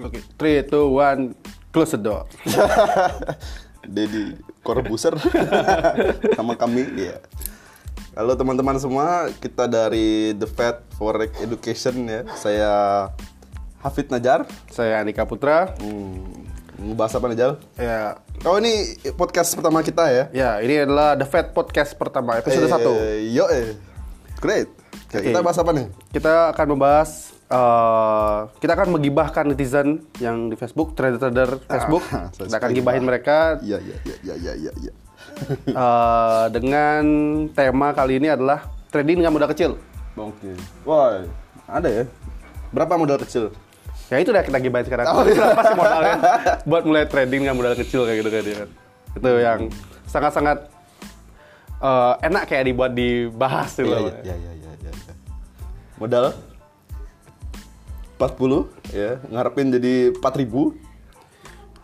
Oke, three, two, one, close the door. Dedi Corbuzier sama kami ya. Halo teman-teman semua, kita dari The Fed Forex Education ya. Saya Hafid Najar. Saya Andika Putra. Hmm, ngebahas apa Najal? Ya, Oh ini podcast pertama kita ya. ya ini adalah The Fed Podcast pertama episode Eh, satu. Yo, eh. great. Oke, Oke. Kita bahas apa nih? Kita akan membahas, eh, kita akan menggibahkan netizen yang di Facebook, trader-trader Facebook. Ah, kita akan gibahin mereka Iya, iya, iya, iya, iya, iya. Ya. eh, dengan tema kali ini adalah trading dengan modal kecil. Oke. Wah, ada ya. Berapa modal kecil? Ya itu udah kita gibahin sekarang. Oh, iya. Berapa sih modalnya buat mulai trading dengan modal kecil kayak gitu kan ya kan. Itu yang sangat-sangat eh, enak kayak dibuat dibahas gitu loh. Iya, iya, iya, iya, iya. Modal 40 ya, ngarepin jadi 4000.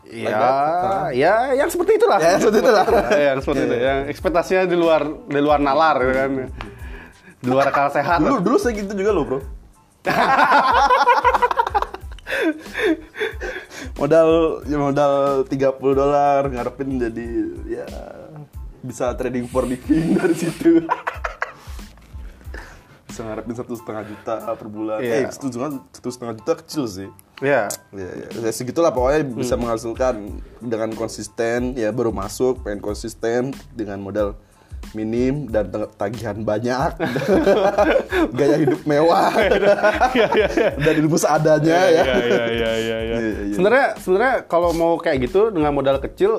Iya, Like that. ya yang seperti itulah. uh-huh. Ya, yang seperti itulah. Iya, Ya, yang seperti itu. Yang ekspektasinya di luar di luar nalar gitu kan. Di luar akal sehat. Dulu dulu saya gitu juga loh, Bro. modal ya modal 30 dolar ngarepin jadi ya bisa trading for living dari situ. bisa ngarepin satu setengah juta per bulan. Iya. Eh, satu setengah- satu setengah juta kecil sih. Iya. Ya, ya, segitulah pokoknya Hmm. bisa menghasilkan dengan konsisten ya baru masuk pengen konsisten dengan modal minim dan te- tagihan banyak gaya hidup mewah Iya, iya, iya. dan ilmu seadanya Iya, iya, ya iya, iya, iya. Iya, iya, iya. Sebenarnya sebenarnya kalau mau kayak gitu dengan modal kecil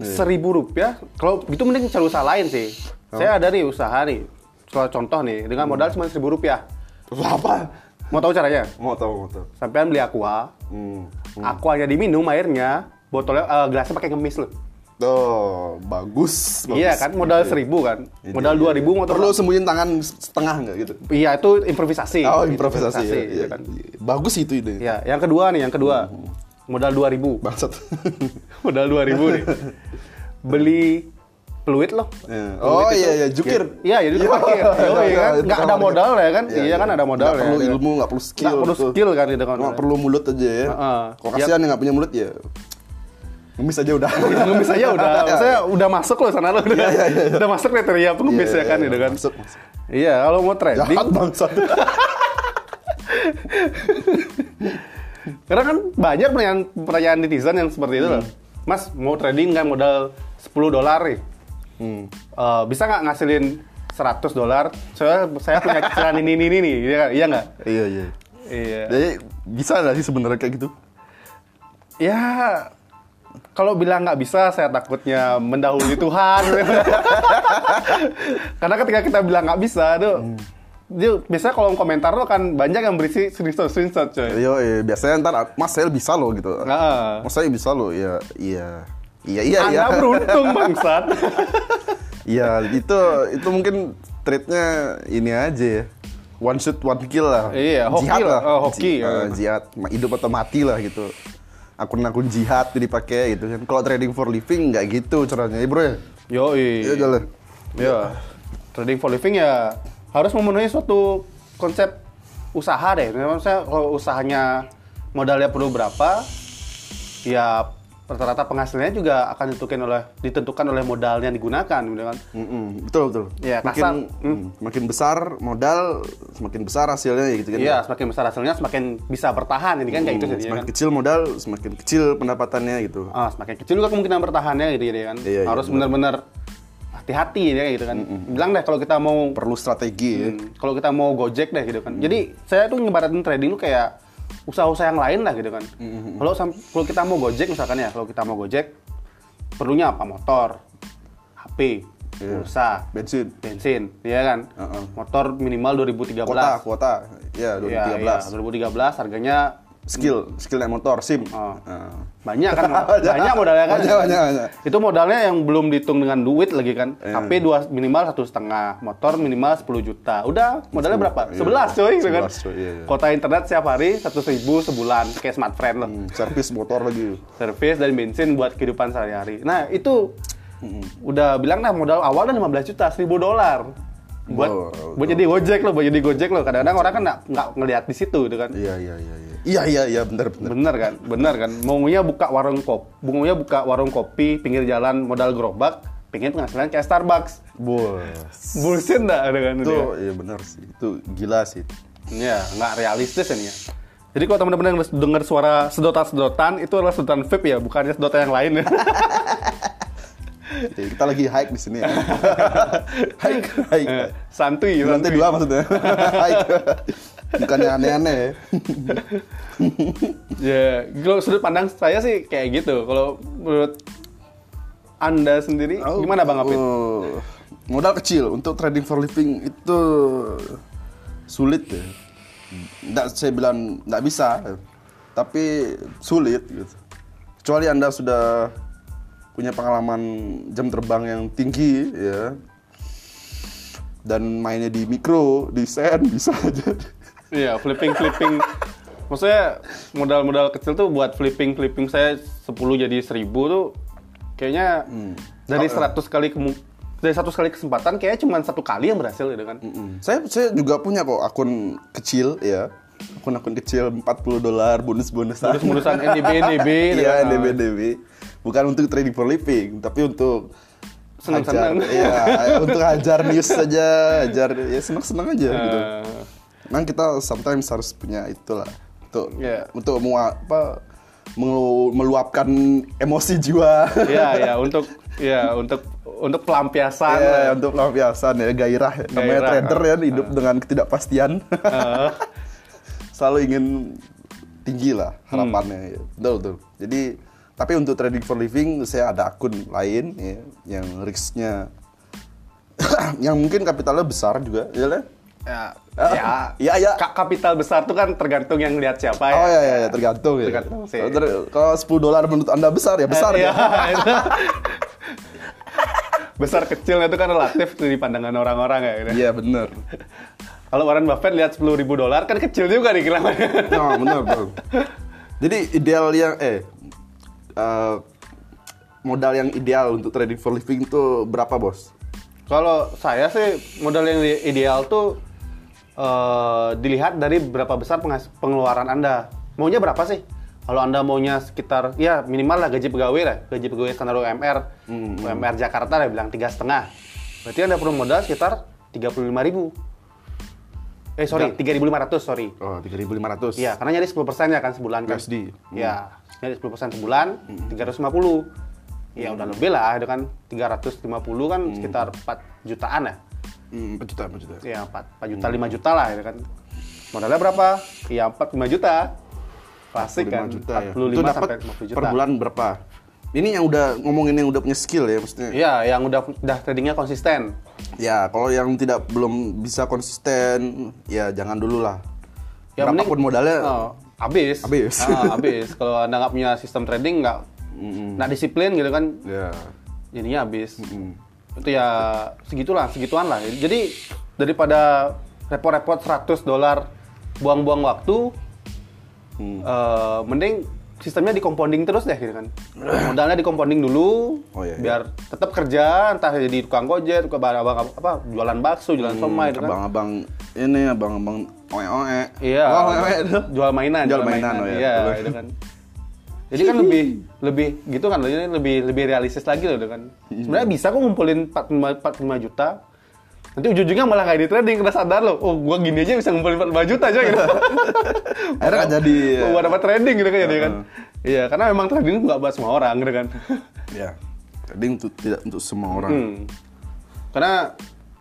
Iya. seribu rupiah, kalau gitu mending cari usaha lain sih. Oh. Saya ada nih usaha nih, soal contoh nih dengan Hmm. modal cuma seribu rupiah. apa Mau tahu caranya? mau tahu mau tahu Sampean beli aqua, hmm. aquanya diminum airnya, botolnya eh, gelasnya pakai ngemis loh. tuh bagus, bagus. Iya kan, modal seribu kan, Iya, modal iya. dua ribu mau perlu sembunyiin tangan setengah nggak gitu Iya itu improvisasi. oh Itu improvisasi, ya, gitu iya, Hmm. kan. iya. bagus itu ide Iya, yang kedua nih, yang kedua modal dua ribu. bangsat modal 2000 nih beli peluit loh Ya. Peluit Oh Nah, itu- iya iya jukir. Iya, jadi tukang parkir. Yoi, kan? Nggak ada modal ya kan? Iya kan, ada modal Nggak ya. perlu ilmu, nggak perlu skill. nggak perlu gitu. skill kan itu kan Cuma perlu mulut aja ya. Heeh. Iya. Kalau kasihan yang nggak punya mulut ya ngemis aja udah. Iya, pengemis aja udah saya udah masuk loh sana loh udah, udah masuk kriteria pengemis Iya, ya kan iya, gitu iya, kan masuk, masuk. iya kalau mau trading Jahat bangsa. karena kan banyak pertanyaan pertanyaan netizen yang seperti itu loh mas mau trading nggak modal 10 dolar nih Hmm. Eh, bisa nggak ngasilin 100 dolar saya saya punya cicilan ini ini ini nih iya nggak? iya nggak Iya iya. iya Jadi bisa nggak sih sebenarnya kayak gitu? Ya, kalau bilang nggak bisa, saya takutnya mendahului Tuhan. Karena ketika kita bilang nggak bisa, tuh, Hmm. dia- biasanya kalau komentar tuh kan banyak yang berisi screenshot screenshot coy. Iya iya. Biasanya ntar Mas saya bisa loh gitu. Nah, Mas saya bisa loh. Iya iya. Iya iya iya. Anda beruntung bangsat. Iya itu itu mungkin trade-nya ini aja ya. One shoot one kill lah. Iya, hoki jihad lah. lah. Oh, hoki, Ji- ya. eh, jihad Ma- hidup atau mati lah gitu. Akun-akun jihad tuh dipakai gitu kan. Kalau trading for living nggak gitu caranya, ya, Bro. ya? Yoi. Iya jalan. Ya, trading for living ya harus memenuhi suatu konsep usaha deh. Memang saya kalau usahanya modalnya perlu berapa, ya rata-rata penghasilannya juga akan ditentukan oleh ditentukan oleh modalnya yang digunakan, gitu kan? Mm-mm, betul betul. Iya, makin kasar. mm, makin besar modal, semakin besar hasilnya ya gitu kan. Iya, semakin besar hasilnya semakin bisa bertahan, ini kan kayak gitu Mm, jadinya semakin kan? kecil modal, semakin kecil pendapatannya gitu. Ah, semakin kecil juga kemungkinan bertahannya gitu, gitu kan? Iya, iya, harus benar. benar-benar hati-hati ya kayak gitu kan? Bilang deh kalau kita mau Perlu strategi ya. Hmm, Kalau kita mau gojek deh gitu kan. Jadi saya tuh ngebaratin trading lu kayak usaha-usaha yang lain lah gitu kan. Hmm, Kalau sam- kalau kita mau gojek misalkan ya, kalau kita mau gojek perlunya apa? Motor, HP, pulsa, Bensin, bensin, ya kan. Iya. Heeh. Motor minimal 2013. kuota, kuota. Ya, Iya, iya, 2013. 2013 harganya skill skill naik motor sim Oh. Ah. Heeh. banyak kan banyak modalnya kan Banyak, banyak, banyak. itu modalnya yang belum dihitung dengan duit lagi kan Iya. HP dua minimal satu setengah motor minimal 10 juta udah modalnya berapa Iya. 11 coy gitu kan 11 coy, iya, iya. kota internet setiap hari 100.000 sebulan kayak smartfren loh Hmm, servis motor lagi servis dan bensin buat kehidupan sehari-hari nah itu Hmm. udah bilang nah modal awal dan 15 juta 1000 dolar buat Wow, buat jadi gojek loh buat jadi gojek loh kadang-kadang orang kan nggak- nggak ngelihat di situ gitu kan iya iya iya iya Iya iya iya benar benar. Bener kan? Bener kan? Maunya buka warung kopi, maunya buka warung kopi pinggir jalan modal gerobak, pengen penghasilan kayak Starbucks. Bos. Bullshit nggak ada kan Itu itu? iya benar sih. Itu gila sih. Ya, nggak realistis ini ya. Jadi kalau teman-teman yang dengar suara sedotan-sedotan itu adalah sedotan vape ya, bukannya sedotan yang lain ya. Jadi kita lagi hike di sini. Ya. hike hike. Eh, santuy, Di lantai santuy. dua maksudnya. hike. Bukannya aneh-aneh. ya. Ya, kalau sudut pandang saya sih kayak gitu. Kalau menurut Anda sendiri gimana Bang Apit? Oh, modal kecil untuk trading for living itu sulit ya. Nggak saya bilang nggak bisa, tapi sulit gitu. Kecuali anda sudah punya pengalaman jam terbang yang tinggi ya dan mainnya di mikro, di sen bisa aja. Iya, flipping flipping. Maksudnya modal-modal kecil tuh buat flipping flipping saya 10 jadi 1000 tuh kayaknya Hmm. dari 100 kali kemu- dari 100 kali kesempatan kayaknya cuma satu kali yang berhasil gitu kan. Mm. Saya saya juga punya kok akun kecil ya. Akun-akun kecil 40 dolar bonus-bonusan. Terus urusan NDB NDB gitu Iya, kan. DB DB. Bukan untuk trading for living, tapi untuk Senang-senang. hajar- Iya, untuk hajar news saja, hajar ya senang-senang aja Eh, gitu. Memang kita sometimes harus punya itulah untuk Iya. untuk mau apa melu- meluapkan emosi jiwa. Iya, ya untuk ya untuk untuk pelampiasan. Iya, lah. untuk pelampiasan ya, gairah. Namanya Gairah, ah. trader ya, hidup dengan ketidakpastian. Eh, Selalu ingin tinggi lah Hmm. harapannya. ya. Betul, betul. Jadi, tapi untuk trading for living, saya ada akun lain ya, yang risknya yang mungkin kapitalnya besar juga, ya lah. ya, Ah, ya, iya, iya. ka- kapital besar tuh kan tergantung yang lihat siapa ya. Oh ya, ya, ya, tergantung ya. Tergantung sih. Kalau ter- Kalau 10 dolar menurut Anda besar ya, besar Eh, ya. iya, itu. besar kecilnya itu kan relatif tuh di pandangan orang-orang ya. gitu. Iya, bener. Kalau Warren Buffett lihat 10.000 ribu dolar kan kecil juga nih kelihatannya. Nah, bener, betul. Jadi ideal yang eh eh, modal yang ideal untuk trading for living itu berapa, Bos? Kalau saya sih modal yang ideal tuh eh, dilihat dari berapa besar penghas- pengeluaran Anda. Maunya berapa sih? Kalau Anda maunya sekitar ya minimal lah gaji pegawai lah, gaji pegawai standar UMR, UMR Jakarta lah bilang tiga setengah. Berarti Anda perlu modal sekitar 35.000 Eh sorry, 3.500 sorry. Oh, 3500. Iya, karena nyari 10% ya kan sebulan kan. USD. Hmm. Iya, nyari 10% sebulan 350. Ya udah lebih lah, itu kan 350 kan sekitar 4 jutaan ya. Hmm, 4 juta, 4 juta. Ya 4, 4 Hmm. juta, 5 juta lah itu kan. Modalnya berapa? Ya 4 5 juta. Klasik kan. 45 juta ya. 45 itu dapat sampai 50 juta. per bulan ya? berapa? Ini yang udah ngomongin yang udah punya skill ya maksudnya. Iya, yang udah udah tradingnya konsisten. Ya, kalau yang tidak belum bisa konsisten, ya jangan dulu lah. Ya, Berapapun mending- modalnya, Oh, habis. Habis. Ah, habis. Kalau Anda nggak punya sistem trading nggak Hmm. nggak disiplin gitu kan, ya. jadinya habis Hmm. itu ya segitulah segituan lah jadi daripada repot-repot 100 dolar buang-buang waktu Hmm. eh, mending sistemnya di compounding terus deh gitu kan modalnya di compounding dulu Oh, iya, iya. biar tetap kerja entah jadi tukang gojek tukang abang, abang apa jualan bakso jualan Hmm, somai gitu kan Abang-abang ini, abang-abang oe-oe. iya Oh, oe-oe itu. jual mainan Jual mainan, oh, iya. iya Jual- gitu kan jadi kan lebih lebih gitu kan jadi lebih lebih realistis lagi loh gitu kan Iya. sebenarnya bisa kok ngumpulin 45, 45 juta nanti ujung-ujungnya malah kayak di trading kena sadar loh oh gua gini aja bisa ngumpulin 45 juta aja gitu Akhirnya nggak jadi, ya. Oh, gua dapat trading gitu kan jadi kan Heeh. iya karena memang trading itu nggak buat semua orang gitu kan Ya. Trading untuk tidak untuk semua orang. Hmm. karena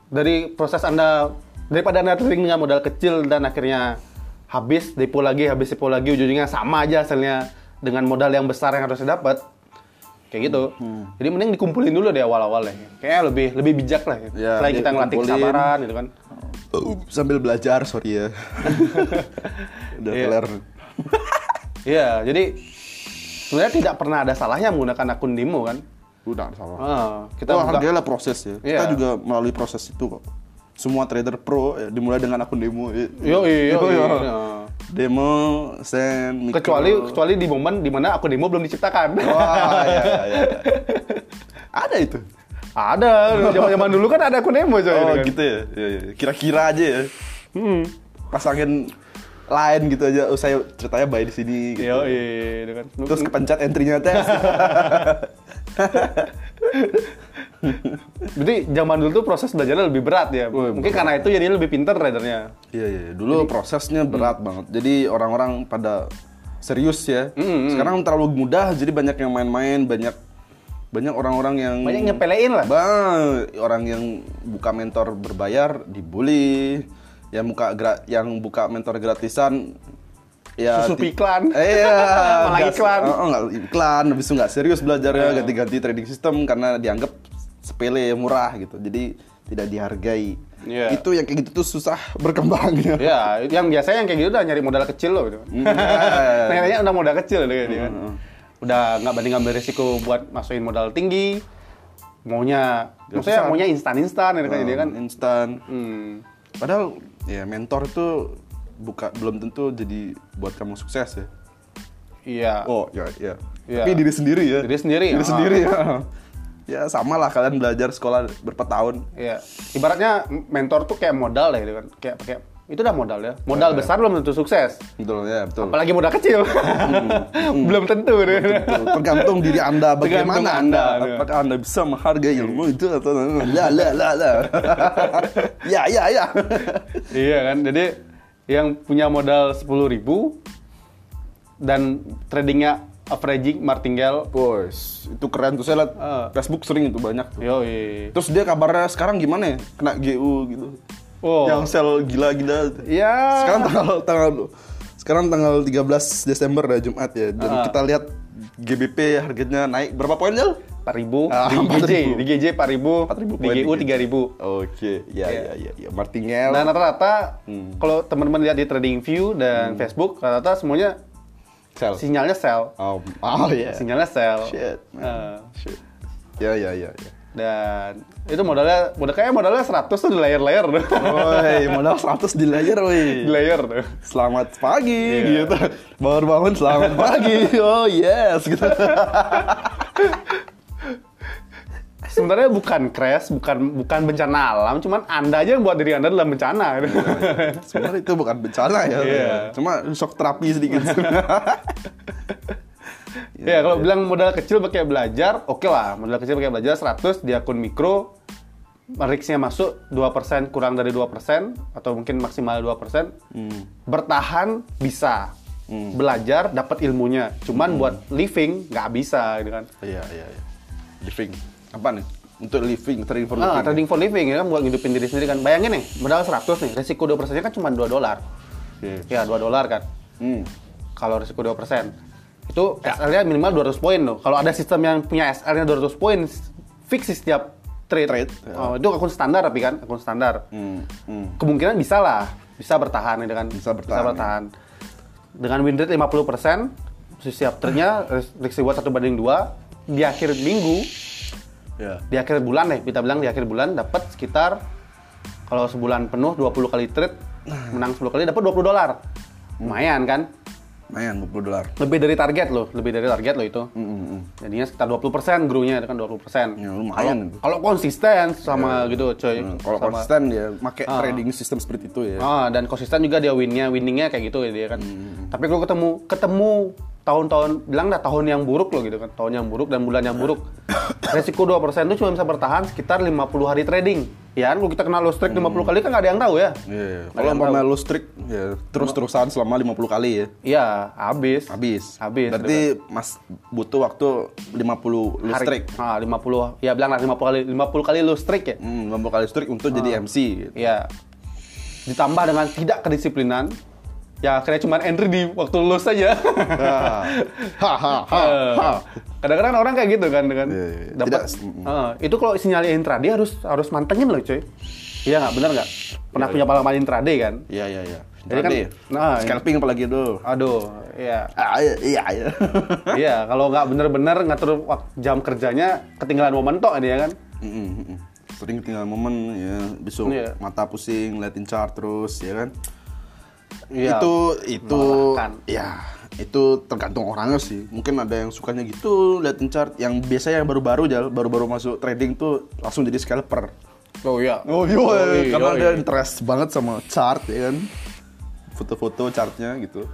dari proses anda daripada anda trading dengan modal kecil dan akhirnya habis depo lagi habis depo lagi ujungnya sama aja hasilnya dengan modal yang besar yang harusnya dapat kayak gitu Hmm. jadi mending dikumpulin dulu di awal-awal deh kayaknya lebih lebih bijak lah ya. Ya, selain kita ngelatih dikumpulin. kesabaran gitu kan Uh, sambil belajar, sorry ya. Udah Iya. kelar. iya jadi sebenarnya tidak pernah ada salahnya menggunakan akun demo kan Udah salah. Ah, kita Kita buka- hargailah proses ya. Kita Iya. juga melalui proses itu kok. Semua trader pro ya, dimulai dengan akun demo. ya. Yoi, yoi, Yo, yo. iya. Demo, sen, mikro. kecuali kecuali di momen dimana akun demo belum diciptakan Wah, ya, ya, ya. Ada itu. Ada, zaman zaman dulu kan ada akun Nemo coy. Oh, kan. gitu ya. Ya, ya. Kira-kira aja ya. Hmm. Pasangin lain gitu aja. Oh, saya ceritanya buy di sini gitu. Yo, dengan Terus kepencet entry-nya teh. berarti zaman dulu tuh proses belajarnya lebih berat ya. Wih, Mungkin karena itu jadi lebih pinter tradernya. Iya, iya. Dulu prosesnya berat banget. Jadi orang-orang pada serius ya. Sekarang terlalu mudah jadi banyak yang main-main, banyak banyak orang-orang yang Banyak nyepelein lah. Bang, orang yang buka mentor berbayar dibully, yang buka gra- yang buka mentor gratisan ya Susu ti- iklan. Eh, Iya, Malah nggak- iklan. Iya. Oh, nggak iklan, habis itu nggak serius belajarnya ganti-ganti trading system karena dianggap sepele murah gitu. Jadi tidak dihargai. Iya. Itu yang kayak gitu tuh susah berkembangnya. ya, yang biasanya yang kayak gitu udah nyari modal kecil loh. Gitu. iya. Ternyata udah modal kecil gitu, kayaknya kan. Udah nggak banding ngambil risiko buat masukin modal tinggi. Maunya, maksudnya susah. maunya instan-instan gitu kan, Nah, dia kan. instan. Hmm. Padahal ya mentor itu buka belum tentu jadi buat kamu sukses ya. Iya. Oh, ya ya. Iya. Tapi diri sendiri ya. Diri sendiri, Diri ah. sendiri ya. Ya sama lah kalian belajar sekolah berapa tahun. Iya, ibaratnya mentor tuh kayak modal ya, gitu kan. kayak kayak itu udah modal ya. Modal besar belum tentu sukses, Betul ya, betul. apalagi modal kecil. Hmm. belum tentu. deh. Betul. Tergantung diri Anda bagaimana Tergantung Anda. Anda, iya. Apakah Anda bisa menghargai ilmu itu atau la la la la. ya ya ya. iya kan, jadi yang punya modal 10.000 dan tradingnya averaging martingale. Bos, itu keren tuh saya lihat Ah. Facebook sering itu banyak tuh. Yo, Terus dia kabarnya sekarang gimana ya? Kena GU gitu. Oh. Yang sel gila-gila. Iya. Sekarang tanggal tanggal sekarang tanggal 13 Desember ya Jumat ya. Dan Ah. kita lihat GBP harganya naik berapa poin, Jel? 4.000 Ah, di GJ, 4.000. di GJ 4.000, di 4.000 poin GU di GJ. 3.000. Oke, Iya. Nah, ya ya ya, ya. Martingale. Dan rata-rata kalau teman-teman lihat di Trading View dan Facebook rata-rata semuanya sel. sinyalnya sell. Oh, oh ya. Sinyalnya sell. Shit, man. Eh, Shit. Ya ya ya ya. dan itu modalnya modal kayaknya modalnya 100 tuh di layer-layer tuh. Woi, modal 100 di layar, di woi. layer tuh. Selamat pagi Iya. gitu. Baru bangun selamat pagi. Oh yes gitu. Sebenarnya bukan crash, bukan bukan bencana alam, cuman Anda aja yang buat diri Anda dalam bencana. Iya, gitu. Sebenarnya itu bukan bencana ya. Iya. Cuma shock terapi sedikit. ya, iya, kalau bilang modal kecil pakai belajar, oke lah. Modal kecil pakai belajar 100 di akun mikro risknya masuk 2% kurang dari 2% atau mungkin maksimal 2%. Hmm. Bertahan bisa. Belajar dapat ilmunya. Cuman Hmm. buat living nggak bisa gitu kan. Iya, iya, iya. Living. Apa nih? Untuk living, trading for living. Ah, trading for living ya kan buat ngidupin diri sendiri kan. Bayangin nih, modal 100 nih, risiko 2%-nya kan cuma 2 dolar. Ya, Iya. 2 dolar kan. Hmm. Kalau risiko 2%. Itu Ya. SL-nya minimal 200 poin loh. Kalau ada sistem yang punya SL-nya 200 poin fix di setiap trade. Trade, ya. Oh, itu akun standar tapi kan, akun standar. Hmm. Hmm. Kemungkinan bisa lah, bisa bertahan ya dengan Bisa bertahan, Dengan win rate 50% setiap trade-nya ris- risiko buat 1 banding 2 di akhir minggu Ya. di akhir bulan deh kita bilang di akhir bulan dapat sekitar kalau sebulan penuh 20 kali trade menang 10 kali dapat 20 dolar lumayan kan Mayan 20 dolar. lebih dari target loh lebih dari target loh itu Hmm, hmm, hmm. jadinya sekitar 20 persen grownya itu kan 20 persen Ya, lumayan. kalau konsisten sama gitu coy Hmm, Kalau Sama- konsisten ya, pakai trading system seperti itu ya. Ah, dan konsisten juga dia winnya winningnya kayak gitu ya dia kan Hmm. tapi kalau ketemu ketemu tahun-tahun bilang dah tahun yang buruk loh gitu kan tahun yang buruk dan bulan yang buruk resiko 2% itu cuma bisa bertahan sekitar 50 hari trading ya kan kalau kita kena low streak 50 kali kan nggak ada yang tahu ya Hmm. Iya. Nggak ada Kalau yang umpama tahu. lu strict, ya terus-terusan selama 50 kali ya. iya habis Habis. Habis, Berarti Mas butuh waktu 50 lu Hari- strict. ah 50 ya bilang lah 50 kali 50 kali low streak ya Hmm, 50 kali strict untuk jadi MC gitu. Iya. ditambah dengan tidak kedisiplinan ya akhirnya cuma entry di waktu low saja Ah. ha ha ha. ha. Eh, Kadang-kadang orang kayak gitu kan dengan Iya, iya, iya. dapat Tidak- mm, Eh, itu kalau sinyalnya intraday harus harus mantengin loh cuy. Iya nggak benar nggak? Pernah punya pengalaman intraday kan? Iya, iya, iya. Jadi kan- Berarti, nah, scalping apalagi dulu. Aduh, iya. Ah, iya, iya, iya. iya, kalau nggak bener-bener ngatur wak- jam kerjanya ketinggalan momentok dia kan. Mm-mm, mm-mm. Sering tinggal momen ya, besok Iya. mata pusing, liatin chart terus, ya kan? Iya. Itu, itu, Melelahkan. ya, itu tergantung orangnya sih. Mungkin ada yang sukanya gitu, liatin chart. Yang biasanya yang baru-baru aja, baru-baru masuk trading tuh langsung jadi scalper. Oh iya. Oh iya, Yoi, karena yoi. dia interest banget sama chart, ya kan? foto-foto chartnya gitu.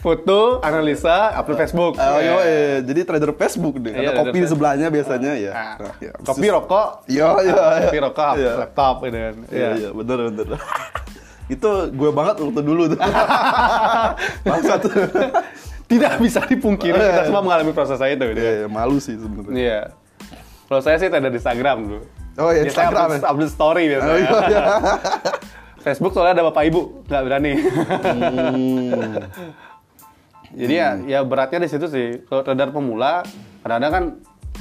Foto, analisa, upload Facebook. Oh, iya, iya. jadi trader Facebook deh. Iya, Ada kopi di trader sebelahnya biasanya ya. Nah, Nah, ya. kopi rokok, Iya, iya, iya. kopi rokok, Iya. laptop gitu kan. Iya, iya, bener, bener. itu gue banget waktu dulu tuh. Bangsat. Tidak bisa dipungkiri kita semua mengalami proses itu. gitu. Eh. Iya, iya, malu sih sebenarnya. Iya. Kalau saya sih ada di Instagram dulu. Oh, iya, Biasanya Instagram, upload, ya. upload story biasanya. Oh, iya, iya. Facebook soalnya ada bapak ibu, nggak berani. Hmm. Jadi ya, ya beratnya di situ sih. Kalau trader pemula, kadang-kadang kan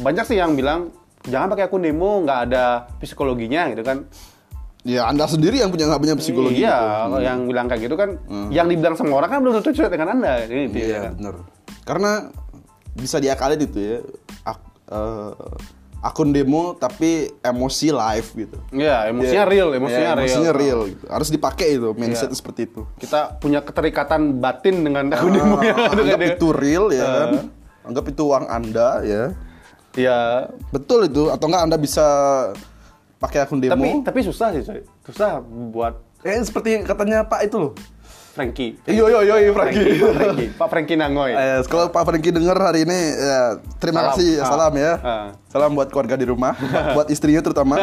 banyak sih yang bilang jangan pakai akun demo, nggak ada psikologinya gitu kan. Ya, Anda sendiri yang punya nggak punya psikologi. Iya, gitu. Hmm. kalau yang bilang kayak gitu kan, yang dibilang semua orang kan belum tentu sesuai dengan anda. Ini dia, Iya kan. bener. Karena bisa diakalin itu ya ak- eh, akun demo tapi emosi live gitu. Iya, emosinya Iya. real, emosinya, Iya, emosinya real. real. gitu. Harus dipakai itu mindset Iya. seperti itu. Kita punya keterikatan batin dengan akun demo ya. yang Ah, ada anggap dengan- itu real ya kan. Anggap itu uang Anda ya. Iya, Betul itu atau enggak Anda bisa pakai akun demo. tapi tapi susah sih, coy. Susah buat eh seperti katanya Pak itu loh. Frankie. Eh, Yo yo yo, yo Frankie, Pak Frankie. Frankie. Pak Frankie Nangoy. Eh, kalau Pak Franky denger hari ini, ya, terima Salam. kasih, Ah. salam ya, Ah. salam buat keluarga di rumah, buat istrinya terutama.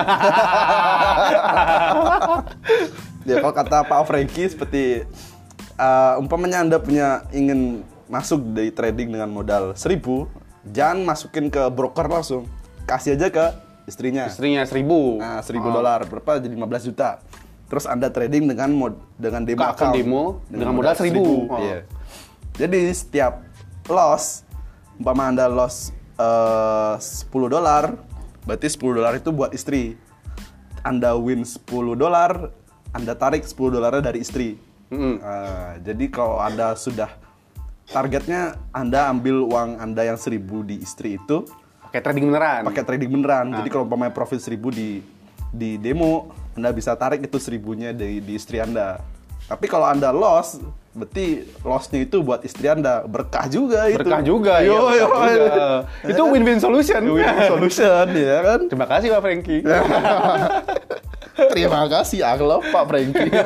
ya kalau kata Pak Franky seperti eh, umpamanya anda punya ingin masuk dari trading dengan modal seribu, jangan masukin ke broker langsung, kasih aja ke istrinya. Istrinya seribu. Nah, seribu dolar berapa jadi 15 juta. Terus Anda trading dengan mod dengan Ke demo akun account. demo dengan modal 1000. Oh. Iya. Jadi setiap loss umpama Anda loss eh, 10 dolar, berarti 10 dolar itu buat istri. Anda win 10 dolar, Anda tarik 10 dolarnya dari istri. Eh, jadi kalau Anda sudah targetnya Anda ambil uang Anda yang 1000 di istri itu, Pakai trading beneran. pakai trading beneran. Nah. Jadi kalau umpamanya profit 1000 di di demo, Anda bisa tarik itu seribunya dari di istri Anda. Tapi kalau Anda loss, berarti lossnya itu buat istri Anda berkah juga itu. Berkah juga ya. Yo, yo, berkah juga. Itu win-win solution. Win-win solution ya kan. Terima kasih Pak Frankie. Terima kasih, I love Pak Franky.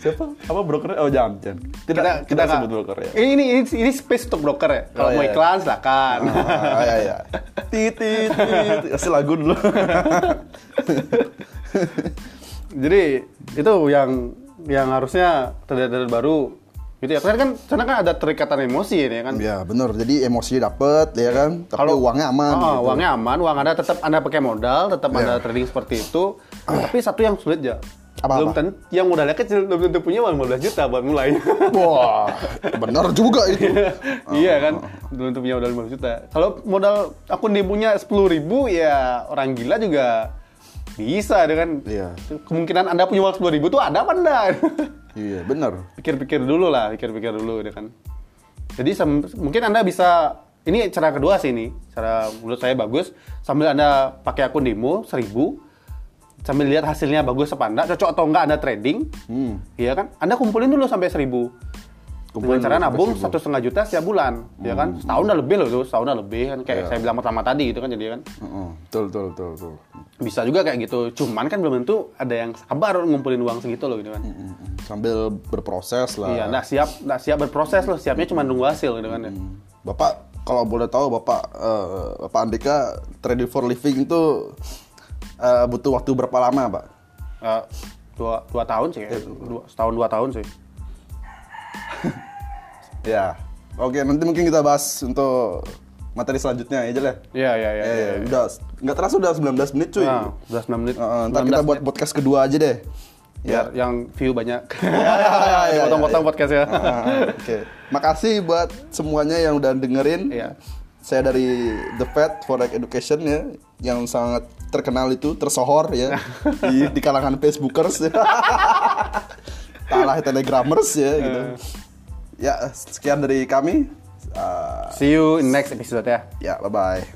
Siapa? Apa broker? Oh jangan, jangan. Tidak, kita, nggak- sebut broker ya. Ini, ini ini ini space untuk broker ya. Kalau mau Oh, iya. iklan silakan. Ah, iya, ya, ya. Titit, titit. Kasih lagu dulu. Jadi itu yang yang harusnya trader-trader baru gitu ya. Karena kan karena kan ada terikatan emosi ini ya kan. Ya bener, jadi emosinya dapet ya kan, tapi uangnya aman Oh, gitu. uangnya aman, uang Anda tetap Anda pakai modal, tetap Iya. Anda trading seperti itu. Tapi satu yang sulit ya. Apa-apa? Belum tentu, yang modalnya kecil belum tentu punya uang 15 juta buat mulai. Wah, bener juga itu. iya kan, Oh, belum tentu punya modal 15 juta. Kalau modal akun demonya 10 ribu, ya orang gila juga bisa dengan Iya. kemungkinan Anda punya uang 10 ribu tuh ada apa enggak? Iya bener. pikir-pikir dulu lah, pikir-pikir dulu gitu kan. Jadi sem- mungkin Anda bisa ini cara kedua sih ini, cara menurut saya bagus sambil Anda pakai akun demo 1000 sambil lihat hasilnya bagus apa enggak, cocok atau enggak Anda trading. Hmm. Iya kan? Anda kumpulin dulu sampai 1000. Kumpulin Dengan cara dulu sampai Hmm. nabung 1.000. satu setengah juta setiap bulan, ya kan? Setahun udah lebih loh tuh, setahun udah lebih kan Iya. kayak saya bilang pertama tadi gitu kan jadi kan. Heeh, Betul, betul, betul, betul. Bisa juga kayak gitu. Cuman kan belum tentu ada yang sabar ngumpulin uang segitu loh gitu kan. Mm-mm. Sambil berproses lah. Iya, nggak siap, nggak siap berproses loh. Siapnya cuma nunggu hasil gitu kan ya. Hmm. Bapak, kalau boleh tahu Bapak, eh, Bapak Andika trading for living itu eh, butuh waktu berapa lama Pak? Eh, dua, dua tahun sih, kayaknya. Iya. dua, setahun dua tahun sih. Ya, oke nanti mungkin kita bahas untuk materi selanjutnya ya Jel ya. Iya, iya, iya. Ya, iya. ya, udah, nggak terasa udah 19 menit cuy. Nah, 19 menit. Heeh, Ah, 19 ntar kita ya. buat menit. podcast kedua aja deh. biar yang view banyak. ya, ya, Dipotong-potong ya. podcastnya. Ah, Oke. Makasih buat semuanya yang udah dengerin. Iya. Saya dari The Fed Forex Education ya, yang sangat terkenal itu, tersohor ya di, di kalangan Facebookers. Ya. Kalah Telegramers ya gitu. Ya, sekian dari kami. Ah, See you in next episode ya. ya, bye-bye.